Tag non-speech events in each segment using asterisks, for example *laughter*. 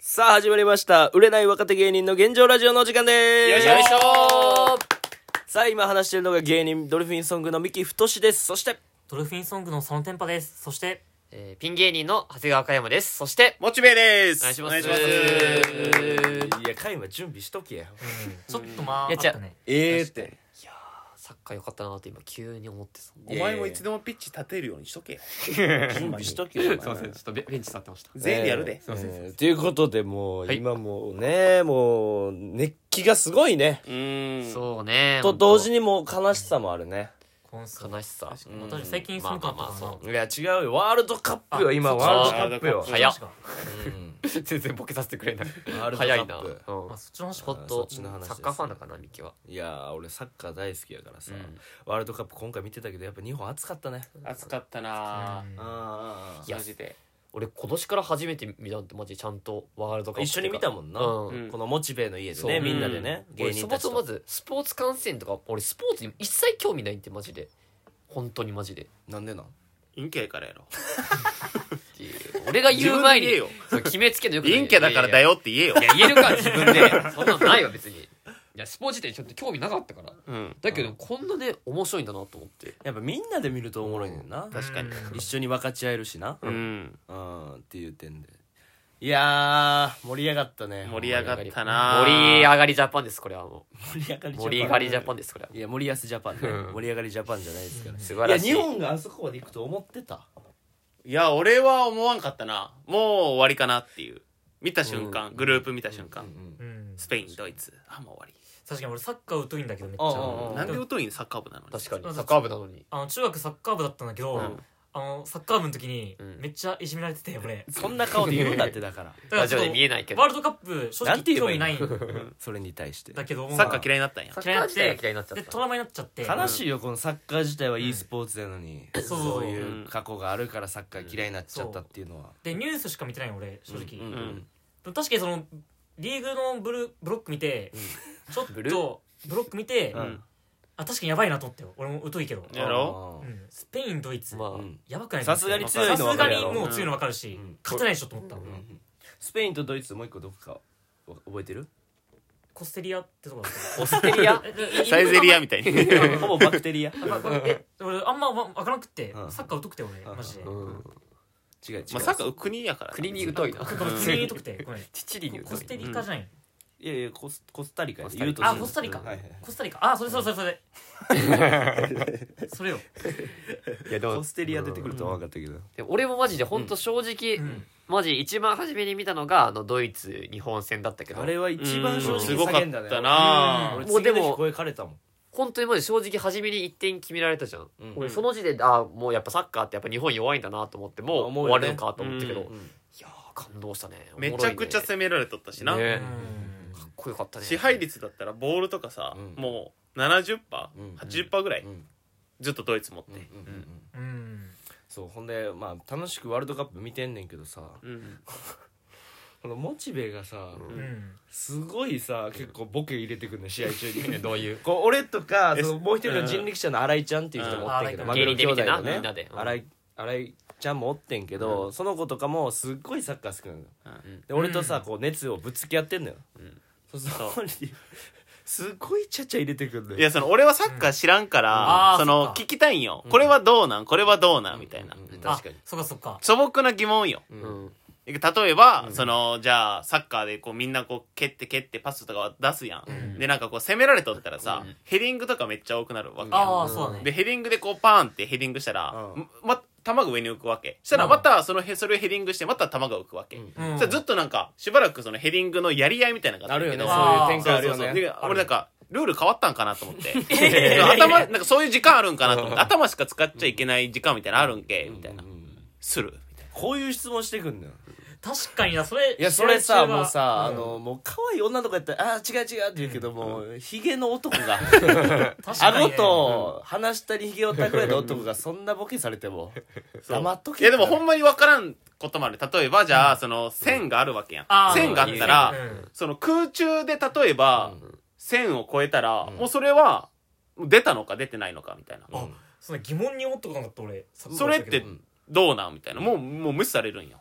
さあ始まりました売れない若手芸人の現状ラジオのお時間でよいすしょよいしょさあ今話しているのが芸人ドルフィンソングの三木太志ですそしてドルフィンソングのそのテンパです。そして、えーピン芸人の長谷川佳山です。そして、モチベですお願いします。いや会話準備しときやちょっとまあ、いあやったね。ええってサッカー良かったなって今急に思ってそお前もいつでもピッチ立てるようにしとけ準備しときやすいません、ちょっとベベンチ立ってました。全員でやるでと、えーということでもう、今もうねもう熱気がすごいねうーうんそうね。と同時ににもう悲しさもあるねコンサート悲しさ。私最近寒かったまあまあまあかそいや違うよワールドカップよあ今そっかワールドカップよワールドカップ早っ確。か *laughs* 全然ボケさせてくれない。ワールドカップ早いな。うんまあ、そっちの話ちばょっそっと、ちの話ですサッカーファンだからな、ミキは。いやー俺サッカー大好きやからさ、うんワールドカップ今回見てたけどやっぱ日本暑かったね暑かったなうんあいやマジで俺今年から初めて見たんてマジちゃんとワールドカップ一緒に見たもんな、うんうんこのモチベの家でそねうみんなでね、芸俺そ人もたちそともまずスポーツ観戦とか俺スポーツに一切興味ないんでマジで本当にマジでなんでなん陰キャやからやろいや俺が言う前自分でに言えよそう決めつけのよくない陰キャだからだよって言えよいやいや言えるか自分でそんなのないわ別にいやスポーツ自体ちょっと興味なかったからうんだけどこんなね面白いんだなと思ってやっぱみんなで見るとおもろいねんな、確かに一緒に分かち合えるしなうん、うんっていう点でいやー盛り上がったね盛り上がったな盛り上がりジャパンですこれはも盛り上がうり盛り上がりジャパンですこれはいや森保ジャパンね、うん盛り上がりジャパンじゃないですから素晴らしいや日本があそこまで行くと思ってたいや俺は思わんかったなもう終わりかなっていう見た瞬間、グループ見た瞬間、うんスペインドイツあもう終確かに俺サッカー疎いんだけどめっちあわありゃなんででも疎いんサッカー部なのに確かうにんサッカー部なのにあの中学サッカー部だったんだけど、うんあのサッカー部の時にうんめっちゃいじめられてて俺そんな顔で言うんだってだからだかラらジちょオっとで見えないけどワールドカップ正なんて直言え興ばいい味のないんそれに対してだけどもサッカー嫌いになったんやサッカー自体が嫌いになっちゃでっトたラウマになっちゃって悲しいよこのサッカー自体はいいスポーツなのに、んそうそういう過去があるからサッカー嫌いになっちゃったっていうのは、でニュースしか見てないの俺正直、うんうん確かにそのリーグのブルブロック見て、ちょっとブロック見て、うんあ確かにやばいなと思ったよ俺も疎いけど、やろあうーん、スペインドイツ、まあうんやばくないさすがに強いのはさ分すかがるやにろもう強いの分かるし、うん勝てないでしょと思った、俺スペインとドイツもう一個どこかわ覚えてるコステリアってとこだっオステリアたサイゼリアみたいにほぼバクテリ *laughs* ア違あまえ俺あんま分からなくて、うんサッカー疎くて俺うんマジで、ううんう違う、まあサッカー国やから国に疎いな国に疎くてごめん父にコ疎ステいリカじゃない、いやいやコスコスタリカやコスタリカあコスタリカ、はいはいコスタリカあそれそれそれそ *laughs* れそれよ、いやでコステリア出てくるとは分かったけど、で俺もマジで本当正直、うんマジ一番初めに見たのがあのドイツ日本戦だったけどあれは一番正直すごか叫んだっねたな俺もう次でのも日声枯れたもん本当にマジ正直初めに1点決められたじゃん、うん俺その時点でああもうやっぱサッカーってやっぱ日本弱いんだなと思ってもう思う終よわねるのかと思ったけど、ういやー感動したねめちゃくちゃおもろいね攻められとったしな、ねうんかっこよかったね支配率だったらボールとかさ、うんもうう 70%80%、ん80%ぐらい、うんずっとドイツ持っうんて、うんうんうんそうほんでまあ楽しくワールドカップ見てんねんけどさうんこのモチベがさ、うんすごいさ結構ボケ入れてくるね試合中にどういう *laughs* こう俺とかえそのもう一人の人力車の新井ちゃんっていう人もおってんけど、うんマグロ兄弟の芸人で見てなみんねなでうん新井新井ちゃんもおってんけど、その子とかもすっごいサッカー好きなのようんで俺とうさんこう熱をぶつけ合ってんのよ、んそうそこに *laughs* すごいちゃちゃ入れてくるのよいやその俺はサッカー知らんから、あーそそのっか聞きたいんよ、これはどうなんこれはどうなんみたいな、うんうん確かにあそっかそっか素朴な疑問よううんん例えば、そのじゃあサッカーでこうみんなこう蹴って蹴ってパスとかは出すやん、でなんかこう攻められとったらさ、うんヘディングとかめっちゃ多くなるわけやんああそうだねでヘディングでこうパーンってヘディングしたら、うんんま球が上に浮くわけしたらうんまたそのへそれをヘディングしてまた球が浮くわけ、うんうそしんたらずっとなんかしばらくそのヘディングのやり合いみたいなのがああっるたよねけどそういあーう展開あるよそうそうねそうで俺なんかルール変わったんかなと思っ *laughs* て頭なんかそういう時間あるんかなと思って頭しか使っちゃいけない時間みたいなのあるんけみたいな、うんうんするみたいこういう質問してくんのよ確かになそれいやそれさ試合中はもうさ、あんのもう可愛い女の子やったら「あー違う違う」って言うけどもうヒゲの男が確かにね顎と鼻下にヒゲを蓄えた男がそんなボケされても黙っとないけやでもほんままに分からんこともある例えばじゃあその線があるわけやんあー線があったら、うんその空中で例えば、線を越えたら、もうそれは出たのか出てないのかみたいな、あそんな疑問に思ったことなかった俺それってどうなんみたいなもうもう無視されるんよ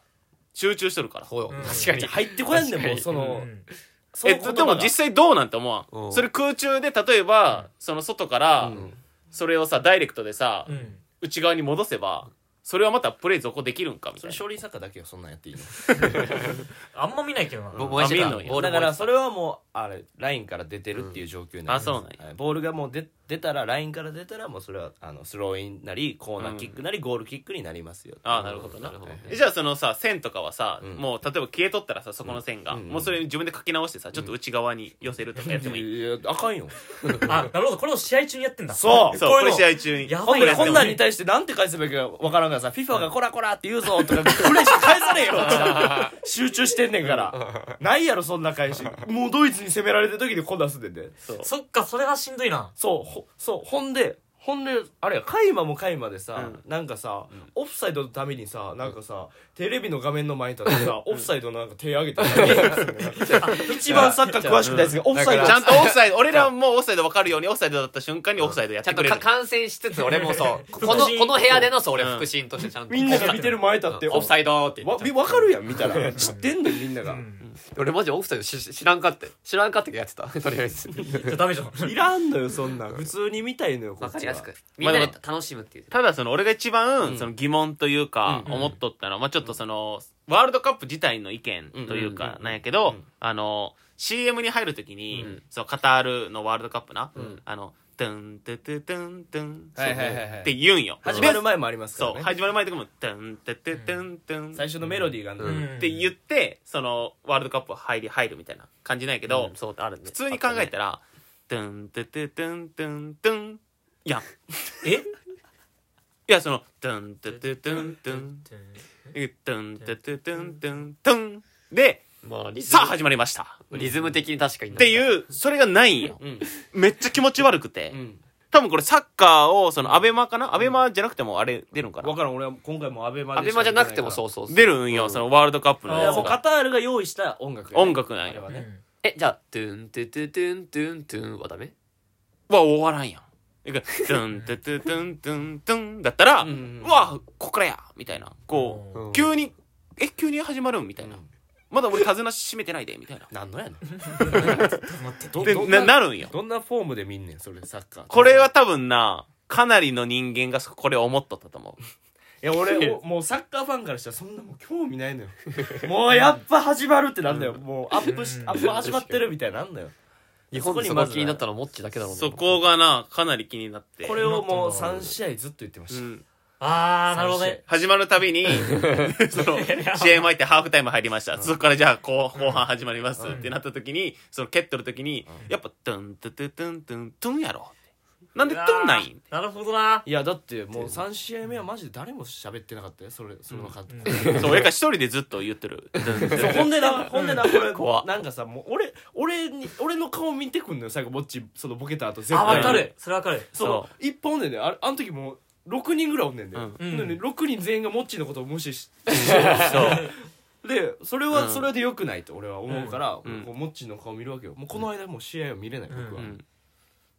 集中しとるから。そうよ、うん確かに入ってこやんで確かもうにその、うんそえ、ので言で葉がも実際どうなんて思わうんん。それ空中で、例えば、その外から、それをさ、ダイレクトでさう、ん内側に戻せば、それはまたプレイ続行できるんかみそたいれな。少林サッカーだけよそんなんやっていいのあんま見ないけどなぼ燃えしてたあ見んのやボールだか燃えてたらそれはもうあれラインから出てるっていう状況になります、うんあそうなんやはいボールがもう出出たらラインから出たらもうそれはあのスローインなりコーナーキックなり、ゴールキックになりますよああ、なるほどななる。ほどねえじゃあそのさ、線とかはさ、うんもう例えば消えとったらさ、そこの線が、うんもうそれ自分で書き直してさ、ちょっと内側に寄せるとかやってもいい。いやあかんよあなるほどこれを試合中にやってんだそうそう、ここういうれの試合中に。やほばんいでなこんなんに対してなんて返すべきかわからんからさ FIFA が「こらこら」って言うぞとかこれしか返さねえよこっちは集中してんねんからないやろそんな返しもうドイツに攻められてる時にこんなんすんでんでそう。そっかそれはしんどいなそうほそうほんでほんであれやカイマもカイマでさ、うなんかさ、オフサイドのためにさなんかさテレビの画面の前に立ってさオフサイドのなんか手上げてさ一番サッカー詳しくないですけどオフサイドちゃんとオフサイド、俺らもオフサイド分かるように、オフサイドだった瞬間にオフサイドやっちゃてんとくれるか。観戦しつつ俺もそう腹この心この部屋でのそう俺うん腹心としてちゃんとみんなが見てる前立ってオフサイドって言わってわかるやん見たら知ってんのよみんなが、うん俺マジオフサイドし知らんかって知らんかってやってたとりあえずじゃあダメじゃんいらんのよそんなん普通に見たいのよこわっかりちやはすくみんなまであでも楽しむっていうただその俺が一番、んその疑問というか、うん思っとったのは、まあちょっとその、ワールドカップ自体の意見といううんうんかう、なんやけど、あの、CM に入るときに、うんそのカタールのワールドカップな、んあの、トゥントゥトゥトゥントゥン、はいはいはいはいって言うんよ。始までる前もありますからそねう、始まる前とかも、トゥントゥトゥトゥントゥン。最初のメロディーがあんのよ、うんって言って、その、ワールドカップ入り、入るみたいな感じなんやけど、そうあるね普通に考えたら、トゥントゥトゥトゥントゥントゥン、いやん。えいや、その、トゥントゥトゥトゥントゥン、トゥントゥトゥトゥントゥントゥン、で、まあリズさあム始まりました。リズム的に確かにっってういう、それがないんよ。うんめっちゃ気持ち悪くて。多分これサッカーを、その、アベマかなアベマじゃなくてもあれ出るんか分なからん俺は今回もアベマアでベしかマ見じゃいからなくてもそうそうそう出るんよ、そのワールドカップのいややつもうカが。タールが用意した音楽やね音楽なんあれよ。はうねんえじゃあトゥントゥトゥトゥントゥントゥンはダメは終わらんやん。いくトゥントゥトゥトゥントゥントゥンだったら、ううんわこっからやみたいな。こう、うん急に、え、急に始まるんみたいな。まだ俺手綱閉めてないで、みたいな。なんのやねん待ってどで、どんな、なるんよ。どんなフォームで見んねんそれサッカーこれは多分な、かなりの人間がこれを思っとったと思う。いや俺おもうサッカーファンからしたらそんなもう興味ないのよもうやっぱ始まるってなんだよもうアップしうんアップ始まってるみたいななんだよ日本そこでにそまこず気になったのはモッチだけだろうなそこがな、かなり気になって。これをもう3試合ずっと言ってまうしん。あたーなるほどね始まるたび *laughs* に、その、試合前ってハーフタイム入りました。そこからじゃあ後、後半始まりますってなった時に、その蹴っとる時に、やっぱ、トゥントゥトゥトゥントゥントゥンやろ。なんでトゥンないんなるほどないやだってもう3試合目はマジで誰も喋ってなかったよそれその感じ、そう、俺が一人でずっと言ってる。 *laughs* そうほんでなほんでなこれ怖っなんかさもう俺俺に俺の顔見てくんのよ最後ぼっちそのボケた後絶あわ分かるそれわかるそう一本おんねんねあれあの時もう6人ぐらいおんねんで、うんうんでね6人全員がモッチーのことを無視しそう。 *laughs* でそれは、うんそれでよくないと俺は思うから、うんこうモッチーの顔見るわけよもうこの間もう試合は見れない、僕は、うん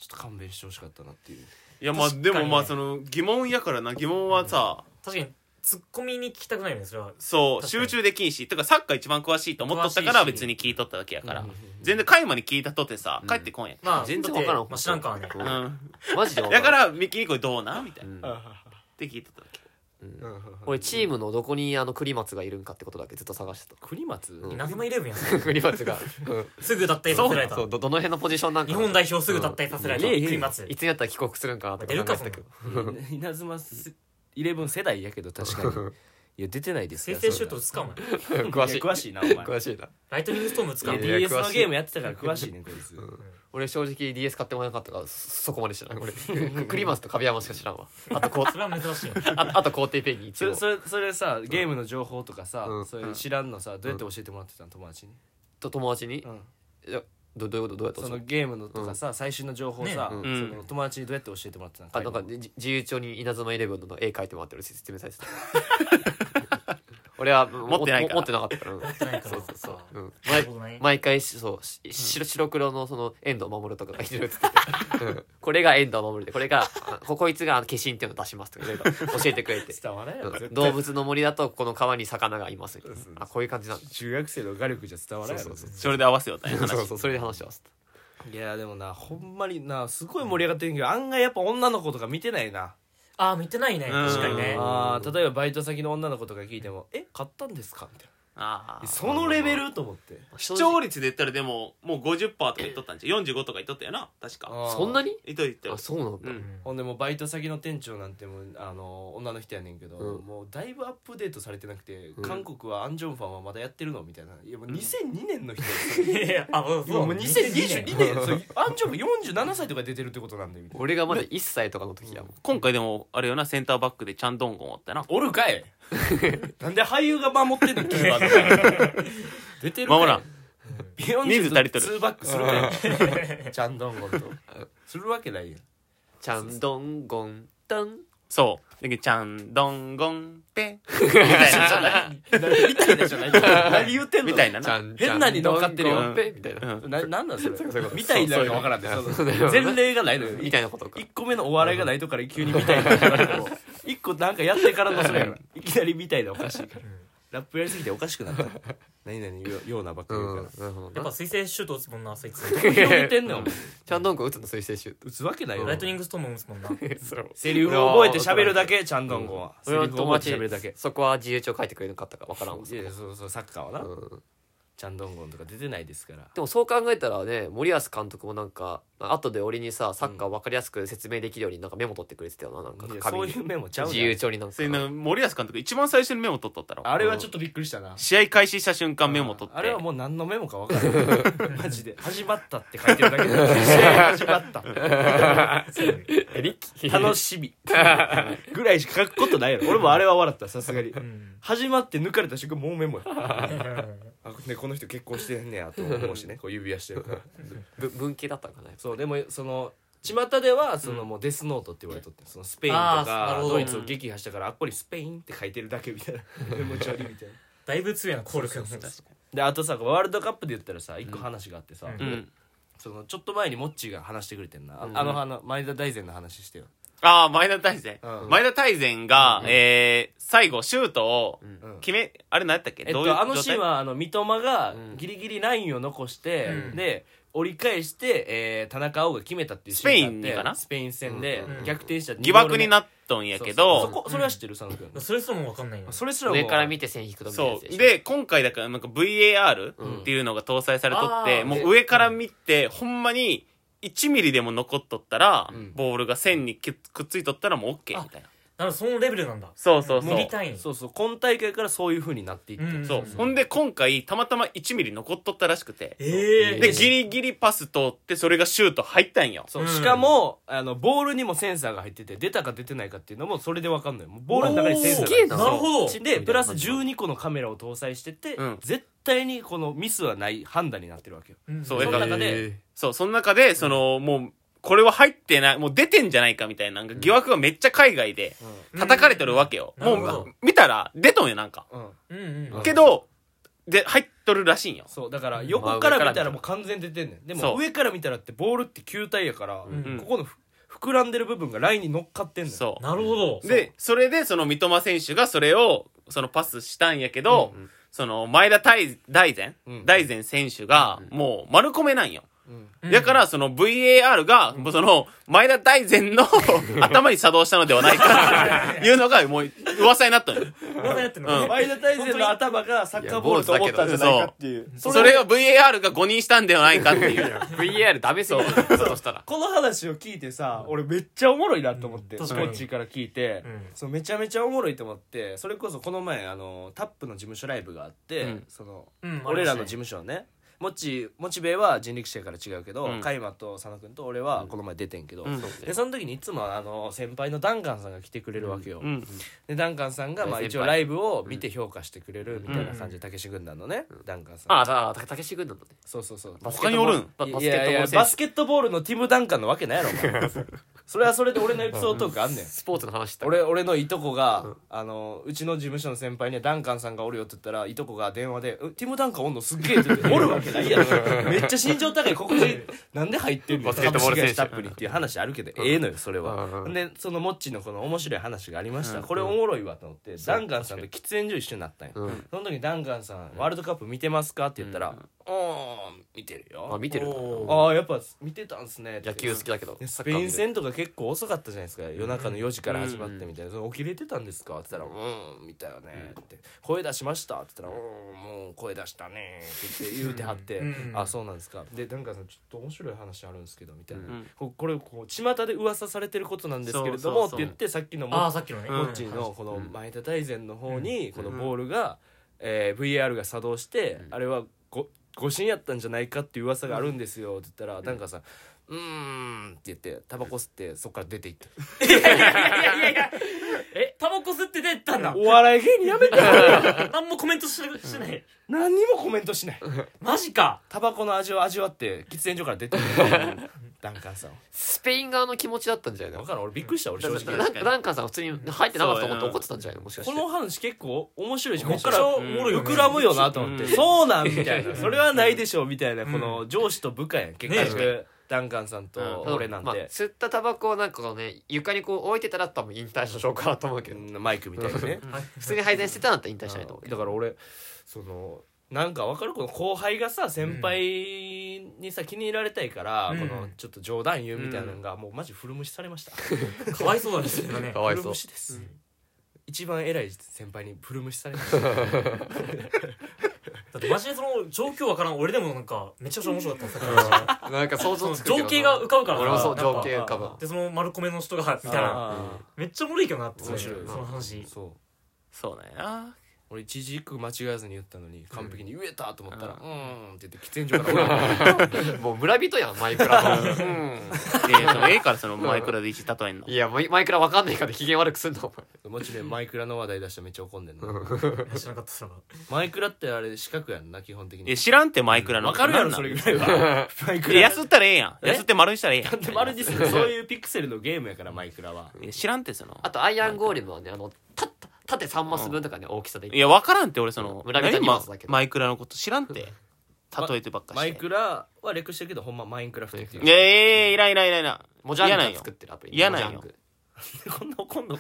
ちょっと勘弁してほしかったなっていういや、まあ、確でかにねもまあ、その、疑問やからな、疑問はさ、確かにツッコミに聞きたくないよねそれはそう、確かに集中できんし、とかサッカー一番詳しいと思っとったから詳しいし別に聞いとっただけやからうん。全然、カイマに聞いたとてさ、帰ってこんやん。まあ全然わかだらんってまあ知らんからねううん。マジでわだからら、んミキニコどうなみたいな。っうんて聞いとっただけ。俺チームのどこにあの栗松がいるんかってことだけずっと探して国松、ん謎のイレブンやんた栗松がすぐ脱退さそせられうたそうどどの辺のポジションなんか日本代表すぐ脱退させられたうんねえ栗松いつになったら帰国するんかなとか考えてたけどうん *laughs* 稲妻す11世代やけど確かにいや出てないです先制シュート打つかお前詳しいいや詳しいなお前詳しいなライトニングストーム打つかいやいや DS 詳しのいゲームやってたから詳しいねこいつ俺正直 DS 買ってもらえなかったからそそこまで知らない俺クリマスとカビヤマしか知らんわあとこそれは珍しいようああと皇帝ペンギンそ一応れそれそれさゲームの情報とかさ、うんそういう知らんのさどうやって教えてもらってたの友達に、と友達にうんいやどどういうことどうやったそそののゲームのとかさ、最新の情報さ、ねうんその友達にどうやって教えてもらってたのあなんかじ自由帳に稲妻イレブンの絵描いてもらってる説明されてた *laughs* 俺は持ってないから持ってなかったからうんないからそうそうそううんなるほどね毎回しそうし白白黒のその遠藤守とかがいろいろ言ってて、うんこれが遠藤守でこれがあここいつがあの化身っていうのを出しますとかいろいろ教えてくれて、伝わらないやろうん絶対動物の森だとこの川に魚がいますみたいなあこういう感じなんだ中学生の画力じゃ伝わらないやろそれで合わせようって話そうそうそれで話してますいやでもなほんまになすごい盛り上がってるけど案外やっぱ女の子とか見てないなあー見てないねうん確かにねあー例えばバイト先の女の子とか聞いても「え買ったんですか?」みたいあなーそのレベルと思って視聴率で言ったらでももう50%とか言っとったんじゃん45とか言っとったよな確かあーそんなに言っといたよあそうなんだ、ううんんほんでもうバイト先の店長なんてもうあの女の人やねんけど、うんもうだいぶアップデートされてなくて、うん韓国はアン・ジョンファンはまだやってるのみたいないやもう2002年の人、いやいや *laughs* あそう今そう *laughs* もう2022年そうアン・ジョンファン47歳とか出てるってことなんでみたいな俺がまだ1歳とかの時やもん今回でもあれよなセンターバックでチャンドンゴンおったよなおるか *laughs* いなんで俳優が守ってんのキーパーとか出てるかい守らん人数足りとる2バックするか *laughs* いちゃんどんごとするわけないやんちゃんどんごんたんそうだけどチャンドンゴンペみたいなみたいなじゃない何言ってんのみたいなちゃなん変なに乗っかってるよちゃんどんごんぺみたいな、うんななんなんそれみたいなのが分からんでそうだよね前例がないのよみたいなことか1個目のお笑いがないとこから急にみたい *laughs* な1個なんかやってからのそれやろいきなりみたいなおかしいからラップやりすぎておかしくなった何々よようなばっかり言うからなるほどなやっぱ水星シュート打つもんなそいつ何を見てんのちゃんどんこ打つの水星シュート打つわけないよライトニングストーム打つもんなセリフを覚えて喋るだけちゃんどんごはセリ俺フは覚友えて達喋るだけそこは自由帳書いてくれなかったかわからんわいやいやそうそうサッカーはな、うんちゃんどんごんとか出てないですからでもそう考えたらね森保監督もなんか後で俺にさサッカー分かりやすく説明できるようになんかメモ取ってくれてたよななんかいや紙そうにいう面もちゃう自ね由ん帳になんかそれなんか森保監督一番最初にメモ取っとったろあれはちょっとびっくりしたな試合開始した瞬間メモ取ってあれはもう何のメモか分から *laughs* ないマジで始まったって書いてるだけで試合始まった楽し *laughs* みぐらいしか書くことないやろ俺もあれは笑ったさすがにうん始まって抜かれた瞬間もうメモやあ、ね、この人結婚してんねやと思うしね *laughs* こう指輪してるからぶ文系だったんかなやっぱそうでもその巷ではそのもうデスノートって言われとってそのスペインとあーなるかほどドイツを撃破したからあっこにスペインって書いてるだけみたい *laughs* なメモ帳にみたいなだいぶ強いな効力がであとさワールドカップで言ったらさ一個話があってさ、うんうんそのちょっと前にモッチーが話してくれてんな、あうんあのあの前田大然の話してよ、ああ、前田大然う。ん前田大然が、えー、最後、シュートをうん決め、あれ何やったっけえっどういうとあのシーンはあの三笘がんギリギリラインを残して、うんで折り返して、えー田中碧が決めたっていうシーンがあってスペインにかなスペイン戦でうん逆転した疑惑にっなっとんやけそうそど、こそれは知ってる佐野君、それすらも分かんないよそれすらも上から見て線引くとみたいなやそつう。しょで、今回だから、なんか VAR っていうのが搭載されとって、うんもあーう上から見て、ほんまに、1ミリでも残っとったら、ボールが線にくっくっついとったらもう OK みたいな。なるほどそのレベルなんだそうそうそもうう。見たいんそうそう今大会からそういうふうになっていって、うんそう。ほんで、今回、たまたま1ミリ残っとったらしくて。ええで、ギリギリパス通って、それがシュート入ったんよ。そううんしかもあのボールにもセンサーが入ってて出たか出てないかっていうのもそれで分かんのよもうボールの中にセンサーがおーすげえそうなるほどなでプラス12個のカメラを搭載してて、うん絶対にこのミスはない判断になってるわけようんそうその中へでーそう、その中で、その、もう、これは入ってない、もう出てんじゃないかみたいな、なんか疑惑がめっちゃ海外で叩かれてるわけよ。うんもなるほどう、見たら出とんよ、なんか。うんうんうんうんけど、で、入っとるらしいんよ。そうだから横から見たらもう完全に出てんねんでそもう上から見たらってボールって球体やから、んここのふ膨らんでる部分がラインに乗っかってんねんそなるほどう。で、それで、その三笘選手がそれを、そのパスしたんやけど、その、前田大大然、うん大然選手が、もう、丸込めなんよ。うんだから、その VAR が、もうその、前田大然の頭に作動したのではないか、いうのが、もう、噂になったのよ。まだやってんのうん前田大然の頭がサッカーボールと思ったんじゃないかっていうそれを VAR が誤認したんではないかっていう。 VAR ダメそうだとしたらこの話を聞いてさ俺めっちゃおもろいなと思ってうんス確ポかにッチーから聞いて、うんそうめちゃめちゃおもろいと思ってそれこそこの前あのタップの事務所ライブがあって、うんそのうん俺らの事務所ねモッチモチベは人力車やから違うけど、うんカイマと佐野君と俺はこの前出てんけど、うんでその時にいつもあの先輩のダンカンさんが来てくれるわけよ、うんでダンカンさんがまあ大先輩一応ライブを見て評価してくれるみたいな感じでたけし軍団のね、ダンカンさんああだたたけし軍団だねそうそうそうバスケ他におるんットボールいバスケットやボいーやル選バ手スケットボールのティム・ダンカンのわけないやろお *laughs* 前それはそれで俺のエピソードトークあんねんスポーツの話だ俺俺のいとこが、あのうちの事務所の先輩にダンカンさんがおるよって言ったらいとこが電話でう「ティム・ダンカンおんのすっげえ」って言って「*laughs* おるわけないやろ *laughs* めっちゃ身長高い黒人なんで入ってんの?」バスケットボール選手タップにっていう話あるけど、ええのよそれは、うんでそのモッチーのこの面白い話がありました、これおもろいわと思って、ダンカンさんと喫煙所一緒になったんや、うんその時ダンカンさん「ワールドカップ見てますか?」って言ったら「うん、見てるよ」あ見てるああやっぱ見てたんすねって野球好きだけどでサスッカペーイ見るン戦とか結構遅かったじゃないですか夜中の4時から始まってみたいな「その起きれてたんですか?」って言ったら「うん」みたいなねって「声出しました」って言ったら「うんもう声出したね」って言って言うてはってう「んあそうなんですか」でなんかさちょっと面白い話あるんですけどみたいなうん「ここれこう巷で噂されてることなんですけれども」ってそうそうそう言ってさっきのもああさっきのねうんモッチーのこの前田大然の方にこのボールが、えー VAR が作動して、あれはご誤審やったんじゃないかっていう噂があるんですよって言ったら、なんかさ「うーん」って言ってタバコ吸ってそっから出ていったいやいやいやえタバコ吸って出たんだお笑い芸人やめて何もコメントしなしてない何にもコメントしないマジかタバコの味を味わって喫煙所から出てった *laughs* ダンカンさんスペイン側の気持ちだったんじゃない分のからん俺びっくりした俺正だから直だなんかダンカンさんは普通に入ってなかったと思って怒ってたんじゃないのもしかしこての話結構面白いしこめっっちかゃらおもろいよね膨らむよなと思って、うんそうなんみたいなそれはないでしょうみたいな、この上司と部下やん結ね局、ダンカンさんとただ俺なんて、まあ吸ったタバコをなんかこうね床にこう置いてたら多分引退した証拠だと思うけどうんマイクみたいなね普通に配膳してたんだったら引退しないと思うけだどから俺そのなんか分かるこの後輩がさ先輩にさ気に入られたいから、うんこのちょっと冗談言うみたいなのが、もうマジ古虫されましたかわいそうだねそれがねかわいそ古う虫です、一番偉い先輩に古虫されましただってマジでその状況わからん俺でもなんかめちゃくちゃ面白かったなんか想像つくけどな情景が浮かぶから俺もそうなんか情景浮かぶでその丸米の人がみたいなあめっちゃおもろいけどなってそれ面白いその話ーそうそうなんやな俺一字一句間違えずに言ったのに完璧に言えたと思ったら「うーん」って言って喫煙所から *laughs* もう村人やんマイクラのえーでもええからそのマイクラで一例えんのいやマイマイクラわかんないから機嫌悪くすんなお前もちろんマイクラの話題出したらめっちゃ怒んでんの知らなかったそれはマイクラってあれ四角やんな基本的えに知らんってマイクラのわかるやろそれぐらい *laughs* はマイクラやすったらええやんえやすって丸にしたらええやなんで丸に *laughs* するそういうピクセルのゲームやからマイクラはんえ知らんってそのあとアイアンゴーレムはねあのたた縦3マス分とかね大きさでいや分からんって俺その村人に何回すだけどマイクラのこと知らんって例えてばっかマイしてクラは略してるけどほんまマインクラフトっていういやええいらんいらんいらんいらんモジャン嫌グなんがよ作ってるアプリ嫌なんよモジャングこんな怒んの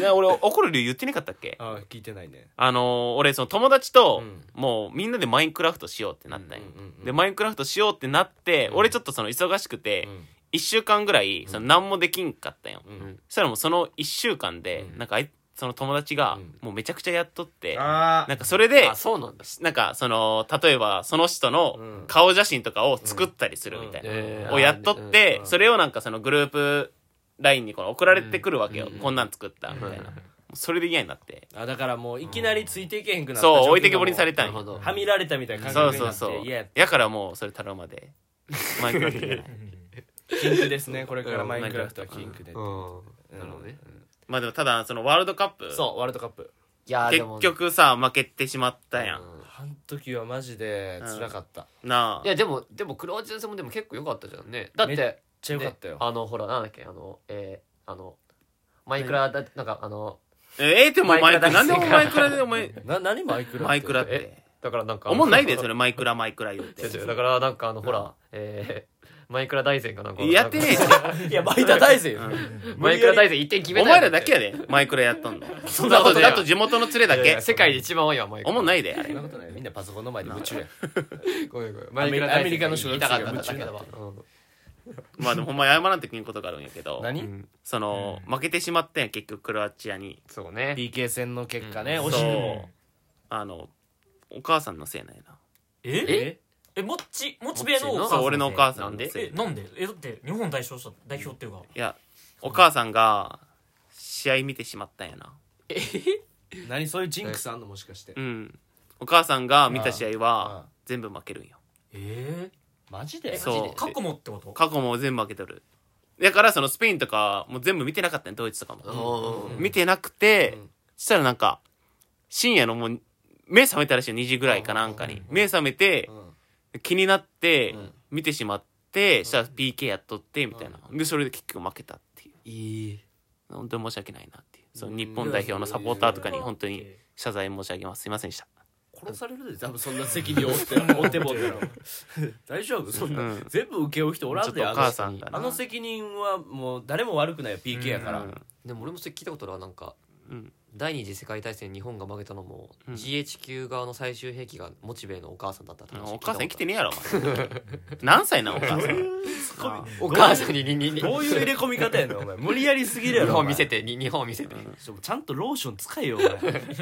な俺怒る理由言ってなかったっけああ聞いてないねあのー俺その友達とうんもうみんなでマインクラフトしようってなったんようんうんうんでマインクラフトしようってなって俺ちょっとその忙しくてうん1週間ぐらいその何もできんかったんようんそしたらもうその1週間でうんなんかあいその友達がうんもうめちゃくちゃやっとってあなんかそれであそうなんだなんかその例えばその人うのん顔写真とかを作ったりするみたいな、えーをやっとってうんそれをなんかそのグループ LINE にこの送られてくるわけよ、うんこんなん作ったみたいな、それで嫌になって、あだからもういきなりついていけへんくなったそう置いてけぼりにされなたるんほよどはみられたみたいなそ感う覚になそってうそう嫌やっやからもうそれ頼までマイクラできないキンクですねこれからマインクラフトはキンクでなるほどねまあでもただそのワールドカップそうワールドカップいやーで結も局さ負けてしまったやん、あの時はマジで辛かった、なあいやでもでもクロアチア戦もでも結構良かったじゃんねだってめっちゃ良かったよねあのほらなんだっけあのえーあのマイクラだなんかあのええってもうマイクラマなイんクでラもマイクラでお前な何マイクラマイクラってえだからなんかおもんないでそれマイクラマイクラ言っ違う違うてだからなんかあのほらえー *laughs* マイクラ大戦がなんかやってねえっていやマイタ大勢よ、マイクラ大戦一点決めおた前よらだけやでマイクラやっとんのそんななここととねえわだと地元の連れだいやいけや世界で一番多いわマイクラおもんないであそんれなことないみんなパソコンの前で夢中や *laughs* ごめんごめメんマイクラ大戦アメリカの小言い学た生かっがた夢中だだけだっわたうんまあでもほんま謝らんときんことがあるんやけど何、その負けてしまったんや結局クロアチアにそうね PK 戦の結果ね、うん惜しくもあのお母さんのせいなんやなえええもっちもちべえのお母さそんう俺のお母さなんんでのせいえなんでえだって日本代表した代表っていうかいやお母さんが試合見てしまったんやな何そういうジンクスあんのもしかしてうんお母さんが見た試合あはあ全部負けるんよえマジえでそうマジで過去もってこと過去も全部負けとるだからそのスペインとかも全部見てなかったねドイツとかも、見てなくて、そしたらなんか深夜のもう目覚めたらしいよ2時ぐらいかなんかに、目覚めて、気になって見てしまって、そしたら PK やっとってみたいな、でそれで結局負けたっていういい本当に申し訳ないなっていうその日本代表のサポーターとかに本当に謝罪申し上げますすいませんでした殺されるで多分そんな責任を負って *laughs* 負ってもっての *laughs* 大丈夫そんな、うん全部請け負う人おらんちでょっとお母さんがあの人なあの責任はもう誰も悪くないよ PK やから、うんでも俺もそれ聞いたことあるなんかうん第二次世界大戦日本が負けたのも、うん GHQ 側の最終兵器がモチベイのお母さんだったって話お母さん生きてねねえやろお前何歳なん *laughs* お母さんお母さんににににどういう入れ込み方やねんお前無理やりすぎるや日ろお本前見せてに日本見せてちょちゃんとローション使えよお *laughs* 前お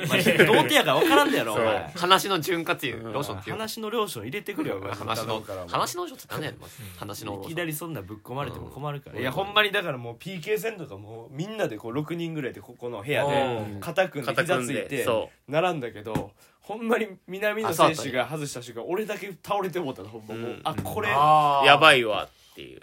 前童貞やから分からんねやろお前話の潤滑油ローションっていう話のローション入れてくれよお前話の頼むからお前話のローションって何やねんまず話のローいシきョなンりそんなぶっ込まれても困るから、いやほんまにだからもう PK 戦とかもうみんなでこう6人ぐらいでここの部屋うでん肩組んで肩膝組んつでいてそ並んだけどほんまに南野選手が外した瞬間俺だけ倒れてもうたのほんまもううんあこれあやばいいわっていう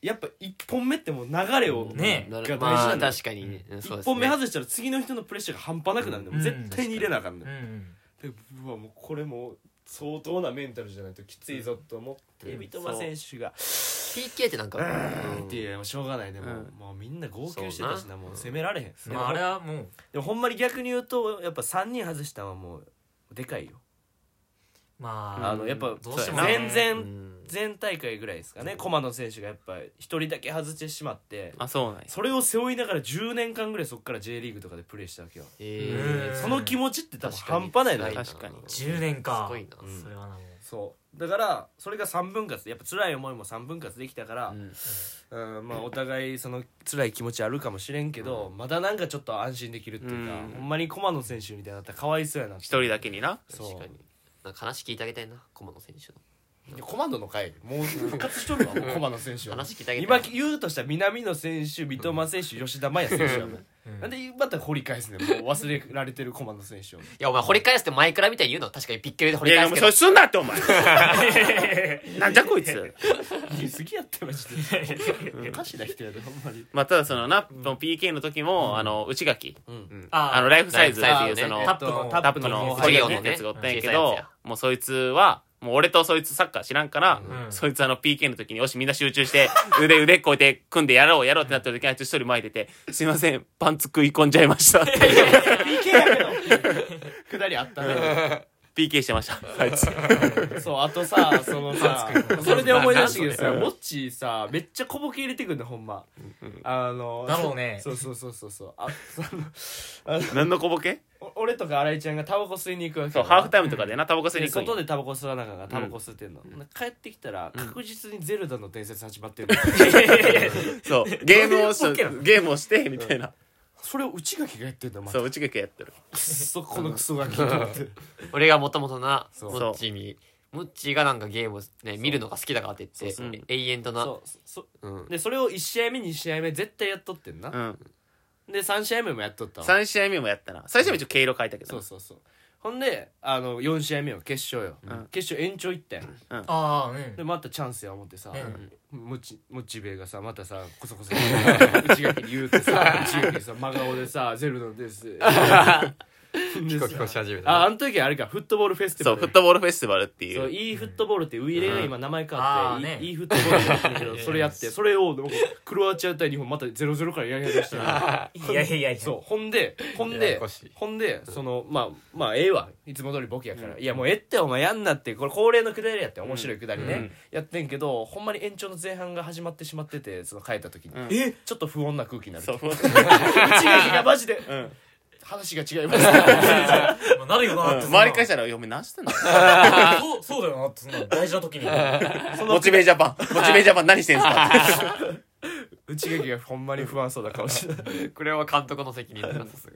やっぱ1本目ってもう流れをねえながる大事まなあんだよ確かにねうんそ1うですね本目外したら次の人のプレッシャーが半端なくなるんだようん絶対に入れなあかんねうんうんでうわもうこれもう相当なメンタルじゃないときついぞと思ってうん三笘選手が PK ってなんかうんっていうしょうがないねもううもうみんな号泣してたしそうなもう攻められへんでもあれはもうでもほんまに逆に言うとやっぱ3人外したのはもうでかいよまああのやっぱどうしてもね全う然ん前大会ぐらいですかね駒野選手がやっぱ1人だけ外してしまってあそうなんやそれを背負いながら10年間ぐらいそっから J リーグとかでプレーしたわけよえうんーその気持ちって多分半端ないのよ辛な確かに10年かすごいなうんそれはなもうそうだからそれが3分割やっぱ辛い思いも3分割できたから、うんまあお互いその辛い気持ちあるかもしれんけど、まだなんかちょっと安心できるっていうか、うんほんまに駒野選手みたいになったらかわいそうやなって一人だけになそう確かになんか話聞いてあげたいな駒野選手のコマンドの回もう復活しとるわもうコマンド選手は話聞いてあげた今い言うとしたら南野選手三笘選手吉田麻也選手やもんうんなんでまた掘り返すねんもう忘れられてるコマンド選 *laughs* *laughs* 手をいやお前掘り返してマイクラみたいに言うの確かにピッケルで掘いりやい返やすもうそれすけどんなってお前 *laughs* なんじゃこいつ言い過ぎやってましておかしな人やでほんまにまあただそのな、その PK の時も、あの内垣ああのライフサイズってラいイうフサイズそのねタタッッププののタッププののホリリオオののねやつがおったんやけ小さいどやつやもうそいつはもう俺とそいつサッカー知らんから、んそいつあの PK の時によしみんな集中して腕腕こうやって組んでやろうやろうってなった時にあいつ一人前出て「すいませんパンツ食い込んじゃいました」って *laughs* PK やけどくだりあったね PK してましたあいつ *laughs* そうあとさそのさそれで思い出したけどさモッチーさめっちゃ小ボケ入れてくんだほんまあのだろうねそうそうそうそうそうあそのあの何の小ボケお俺とか新井ちゃんがタバコ吸いに行くわけそうハーフタイムとかでなタバコ吸いでに行くん外よでタバコ吸わなあかんからタバコ吸ってんの、帰ってきたら確実に「ゼルダの伝説」始まってる、そうゲームをしどういうボケなのゲームをしてみたいな *laughs* それを内垣がやってんだまたそう内垣がやってるくっそこのクソガキと思って俺がもともとなそうモッチーにモッチーがなんかゲームを、ね、見るのが好きだからって言ってそうそう永遠となそうそうんでそれを1試合目2試合目絶対やっとってんな、うんで3試合目もやっとったわ3試合目もやったな最初目ちょっと毛色変えたけどそなうそうそうほんであの4試合目は決勝よ、ん決勝延長行ったよ、ああうんでまたチャンスや思ってさ、うんモチモチベがさまたさこそこそ内垣に言うてさ内垣にさ真顔でさ「ゼルダです」ピコピコし始めああの時あれかフットボールフェスティバそうルフットボールフェスティバルっていそうういいフットボールってウィレが今名前変わって、うんいいあーねいいフットボールって言ってるけどそれやってそれをなんかクロアチア対日本また0-0からやり始めしたいやいやいやいやそうほんでほんややでこしいほんでそのまあまあええわいつも通りボケやから、いやもうええってお前やんなってこれ恒例のくだりやって面白いくだりね、うんやってんけどほんまに延長の前半が始まってしまっててその変えた時に、んえちょっと不穏な空気になるそう内垣がマジで、ん話が違います *laughs* まあなるよなっ *laughs* て周りからしたら「いやお前何してんの?」 *laughs* そうそうだよなってそんな大事な時にモチベージャパンモチベージャパン何してんすかって *laughs* 内垣がほんまに不安そうな顔してた、これは監督の責任だなさす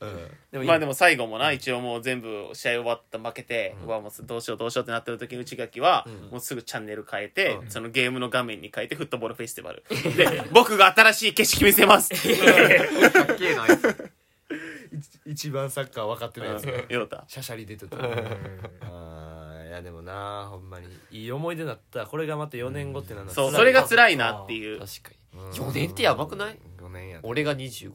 がでもまあでも最後もな一応もう全部試合終わった負けて、うわもうどうしようどうしようってなってる時に内垣はもうすぐチャンネル変えて、そのゲームの画面に変えてフットボールフェスティバルで僕が新しい景色見せますってかっけえなあいつ *laughs* 一番サッカー分かってないやつヨータシャシャリ出てたあーやでもなほんまにいい思い出だったこれがまた4年後ってなんだそうそれが辛いなっていう確かに4年ってやばくない4年や俺が25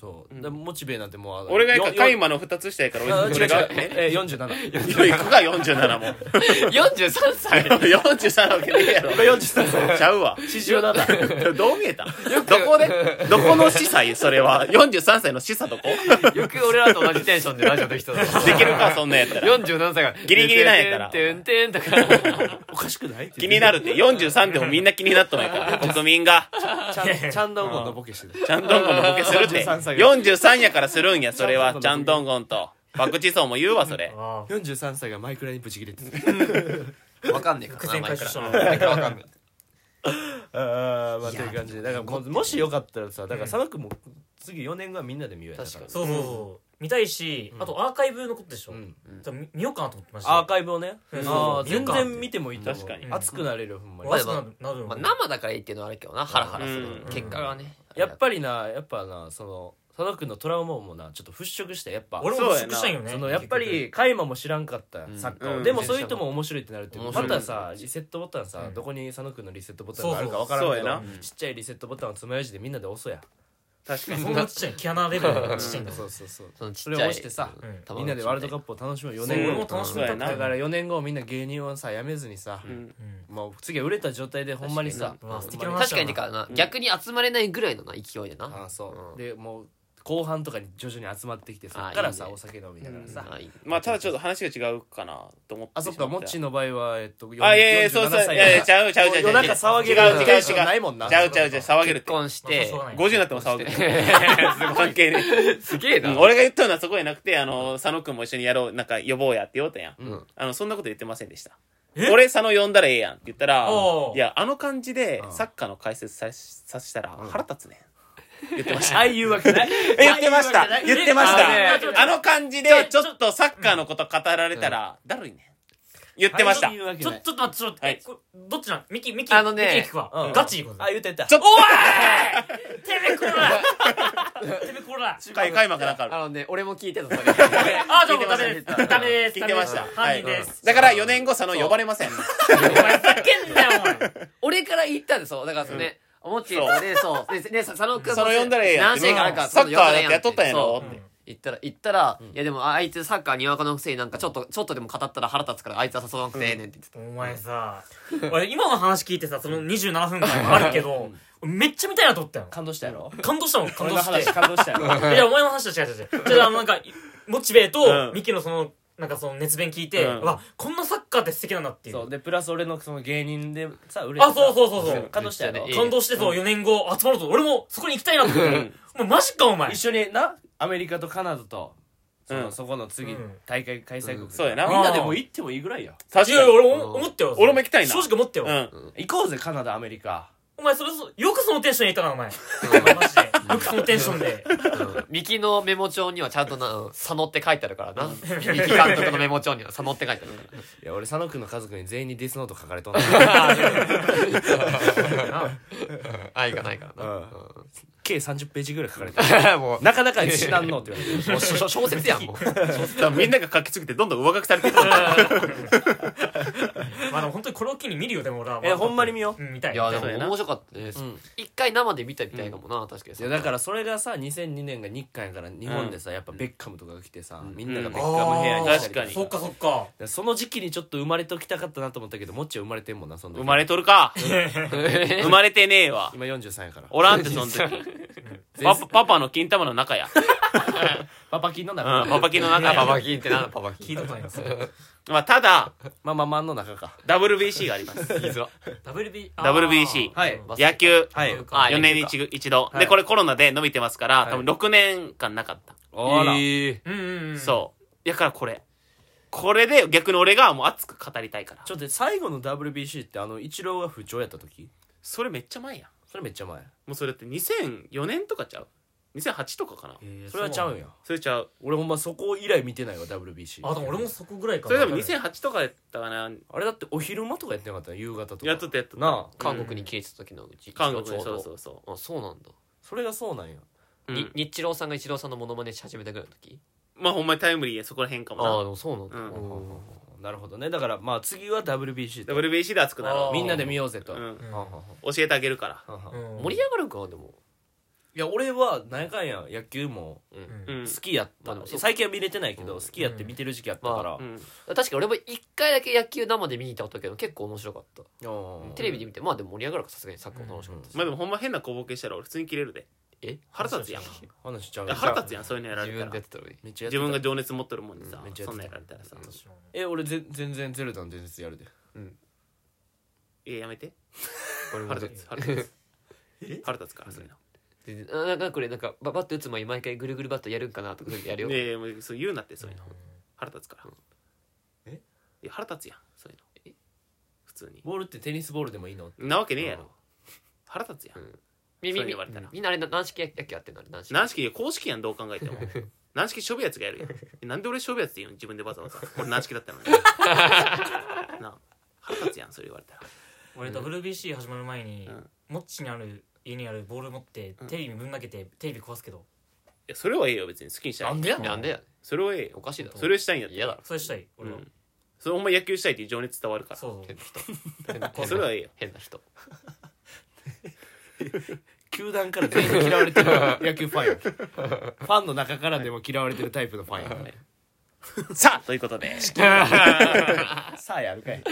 そう、でモチベなんてもう俺がいいかよカイマの2つ下やからあ違う俺違俺がうえ47いくか47も43歳43なわけねえやろ43歳ちゃうわ *laughs* 47どう見えたどこでどこの示唆よそれは43歳の示唆どこでよく俺らと同じテンションでラジオできたなきるかそんなんやったら47歳がギリギリなんやからてんてんてんとかおかしくないって気になるって43でもみんな気になっとんや *laughs* から国民がちゃんちゃんどんごんのボケしてるちゃんどんごんのボケするって43歳が43やからするんやそれはちゃんどんごんとパクチソンも言うわそれあ43歳がマイクラにブチ切れてるわかんねえか伏線回収したの前からわかんねああまあという感じでだからももしよかったらさだから佐野君も次4年後はみんなで見ようや確かにそうそうそう見たいしあとアーカイブのことでしょんじゃあ見見ようかなと思ってましたアーカイブをねうんああそう全然見てもいいと思う確かに熱くなれるよほんまに熱くなるなるえのまあ生だからいいっていうのはあるけどなハラハラするうん結果がねやっぱりなやっぱなその佐野君のトラウマもなちょっと払拭してやっぱ俺も不足したんよねそのやっぱりカイマも知らんかったサッカーうをんでもそういう人も面白いってなるっていう面ま白いたさリセットボタンさどこに佐野君のリセットボタンがあるかそ分うそからんけそうやどなちっちゃいリセットボタンを爪楊枝でみんなで押そうや確かにそんなちっちゃいキャナレベルのちっちゃいん *laughs* だそうそうそうそのちそっれをちゃ押いしてさうんみんなでワールドカッップを楽しむ4そう年俺後も楽しみたうんいだから4年後みんな芸人をさやめずにさうんうんもう次は売れた状態でほんまにさ確かになうわ素敵なほんまに確かにてかな、逆に集まれないぐらいのな勢いでなああそううんでもう後半とかに徐々に集まってきてそああっからさいいねお酒飲みながらさあいいまあただちょっと話が違うかなと思ってあそっかモッチーのの場合はえっとあいやいやそうそう47い歳やいやちゃうちゃうちゃう夜中騒げる違う違う違うテンションないもんなちゃうちゃうちゃう騒げるっ結て婚しまて、あそうしょうがない50になっても *laughs* 騒げる関係ねえすげえな、うん俺が言ったのはそこじゃなくてあの佐野くんも一緒にやろうなんか呼ぼうやって言おうたやん、んあのそんなこと言ってませんでしたえ俺佐野呼んだらええやんって言ったらおういやあの感じでサッカーの解説ささせたら腹立つねん言ってましたああいうわけない *laughs* 言ってました言ってましあねたあの感じでちょっとサッカーのこと語られたらだるいねん言ってましたああいうわけちょないちょっと待ってちょっと待ってはいこれどっちなんミキミキあのねミキに聞くわうんガチいこうぜああ言った言ったちょってめえこら *laughs* てめえこらと開幕なんかあるあのね俺も聞いてたそれ *laughs* あじゃあもうダメです聞いてましたダメです聞いてましたダメです犯人はいですだから4年後佐野呼ばれませんお前ふざけんなよお前俺から言ったんでそうだからそのね、思ってたでそうでね佐野君佐野呼んだらええやん何歳からかサッカーだってやっとったんやそろうって言ったら言ったら、いやでもああいつサッカーにわかのくせになんかちょっとちょっとでも語ったら腹立つからあいつは誘わなくてええねんって言ってた、お前さ俺今の話聞いてさその27分間あるけど俺めっちゃ見たいなと思ったよ感動したやろ感動したもん感俺動のして話感動したやろ *laughs* いや、お前の話と違う違う違う。じゃあ、あの、なんか、モチベーうとん、ミキのその、なんかその熱弁聞いて、うんうわ、こんなサッカーって素敵なんだっていう。そうでプラス俺のその芸人でさ売れてさあ、そうそうそうそう。感動したやろめっちゃね感動してそう、4年後集まると、俺もそこに行きたいなって思って。お前、マジか、お前一。緒になアメリカとカナダとその、うんそこの次うん大会開催国そうやなみんなでもう行ってもいいぐらいや確いかやいにや、俺も思ったよ。俺も行きたいな正直思ったよ。うん行こうぜカナダアメリカお前、それそ、よくそのテンションでいたな、お前。マジで。よくそのテンションで。うん右のメモ帳にはちゃんとな *laughs* 「佐野」って書いてあるからな右監督のメモ帳には「佐野」って書いてあるからいや俺佐野君の家族に全員にディスノート書かれとんねん *laughs* 愛がないからな、うん計30ページぐらい書かれてるうん *laughs* もうなかなか知らんのって言われてもうしょ小説やんもう多分みんなが書きつけてどんどん上書きされていくまあ、でも本当にこれを機に見るよ、でも俺は。 *laughs* えほんまに見よううん、見たい。いやで見たも面白かったねん一回生で見たみたいかもな確かにいやだからそれがさ2002年が日韓やから日本でさやっぱベッカムとかが来てさ、みんながベッカム部屋にしたりと確かにそっかそっか。その時期にちょっと生まれときたかったなと思ったけどもっちは生まれてんもんなその時生まれとるか生まれてねえわ今43やからおらんってその時パパパパの金玉の中や、うん、パパキンの中、パパ金の中パやパキンってなんだパパ聞キいンたことないです。まあただまあまあまあの中か WBC があります言いづら WB、あー WBC はい野球、はいあ4年に一度一度、はでいこれコロナで伸びてますから、い多分6年間なかった、あら、うんうんうん。そうやからこれこれで逆に俺がもう熱く語りたいからちょっと最後の WBC ってあのイチローが不調やった時それめっちゃ前やんそれめっちゃ前もうそれって2004年とかちゃう2008とかかな、それはちゃうんやそれちゃう俺ほんまそこ以来見てないわ WBC あでも俺もそこぐらいかそなれでも2008とかやったかなあれだってお昼間とかやってなかった夕方とかやっとったやっとったなあ韓国に消えてた時のうち韓国でちょそうどそうそあそうなんだそれがそうなんやう、うんに日郎さんが一郎さんのモノマネし始めたぐらいの時まあほんまにタイムリーやそこら辺かもああなでもそうなんだうんうんなるほどねだからまあ次は WBC と WBC で熱くなろあーうみんなで見ようぜと、うはんうんはは教えてあげるからははうん盛り上がるんかなでもいや俺は何やかんや野球もううんん好きやったまの、あそう最近は見れてないけど、好きやって見てる時期やったから、うん確か俺も一回だけ野球生で見に行ったことあるけど結構面白かったうんテレビで見てまあでも盛り上がるからさすがにサッカーも楽しかったし、まあでもほんま変な小ボケしたら俺普通に切れるでえ腹立つやんい話しちゃうや腹立つやんそういうのやら自れた分でやらってたのにめっちゃやってた自分が情熱持ってるもんにさうんめっちゃやってたそんなんやられたらさえ俺ぜ全然ゼルダの伝説やるでいややめて俺も腹立つ腹立つ腹立つからそういうの全然あなんかこれなんかババット打つ前に毎回ぐるぐるバットやるんかなとかやるよ、ねえもうそう言うなってそういうの腹立つからえいや腹立つやんそういうの普通にボールってテニスボールでもいいのなわけねえやろ腹立つやうんんみみそうみ言われたらみんなあれな軟式野球やってんのあれ軟式軟式公式やんどう考えても軟式勝負やつがやるやんなんで俺勝負やつって言うの自分でわざわざ俺軟式だったのになあ腹立つやんそれ言われたら俺 WBC 始まる前にうんモッチにある家にあるボール持ってテレビぶん投げてテレビ壊すけどいやそれはええよ別に好きにしたらでやねんなんでやねんそれはええおよかしいだろそれをしたいんやったら嫌だろそれしたい俺はうんそれほんま野球したいっていう情熱伝わるからそうそ変うな人変なそれはええよ変な人球団から全員嫌われてる野球ファンやファンの中からでも嫌われてるタイプのファン *laughs* や、さあということでさあやるかい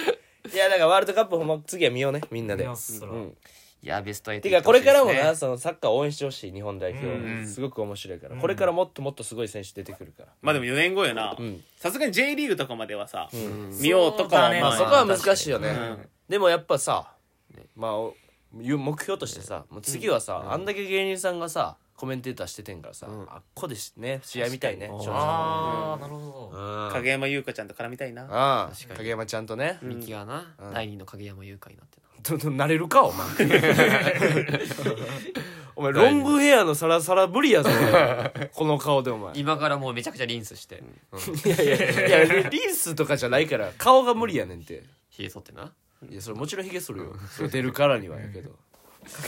いやだからワールドカップほんま次は見ようねみんなで見ますそらうんいやベスト8てかこれからも行ってほなしいですねそのサッカー応援してほしい日本代表、うんすごく面白いから、うんこれからもっともっとすごい選手出てくるから、まあでも4年後よなうんさすがに J リーグとかまではさん見ようとかはそうだまねまああそこは難しいよね、うんでもやっぱさまあおゆ目標としてさもう次はさ、あんだけ芸人さんがさコメンテーターしててんからさ、あっこでしね試合みたいね正直ああなるほうどん影山優香ちゃんと絡みたいなああ確かに影山ちゃんとね、うんミキはな、うん第二の影山優香になってなどどなれるかお前お前ロングヘアのサラサラぶりやぞお前この顔でお前い今からもうめちゃくちゃリンスしてやいやいやリンスとかじゃないから顔が無理やねんて冷え剃ってないやそれもちろんヒゲするよそれ出るからにはやけど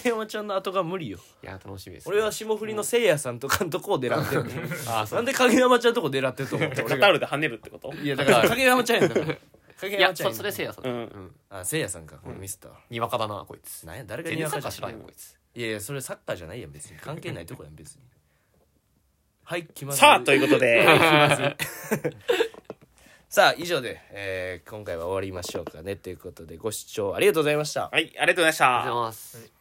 影山ちゃんの後が無理よいや楽しみですね俺は霜降りのせいやさんとかのとこを狙ってるのあそなうんで影山ちゃんのとこ狙ってると思ってカ俺タがールで跳ねるってこといやだから影山ちゃんやんだから影いや山ちゃんそんそれせいやさん、うんあせいやさんか俺ミスったわにわかだなこいつなんや誰が全に然わサかッじカゃーん知らんよこいついやいやそれサッカーじゃないやん別に関係ないとこやん別にはい決まるさあということで *laughs* さあ以上で、えー今回は終わりましょうかねということでご視聴ありがとうございましたはいありがとうございましたありがとうございます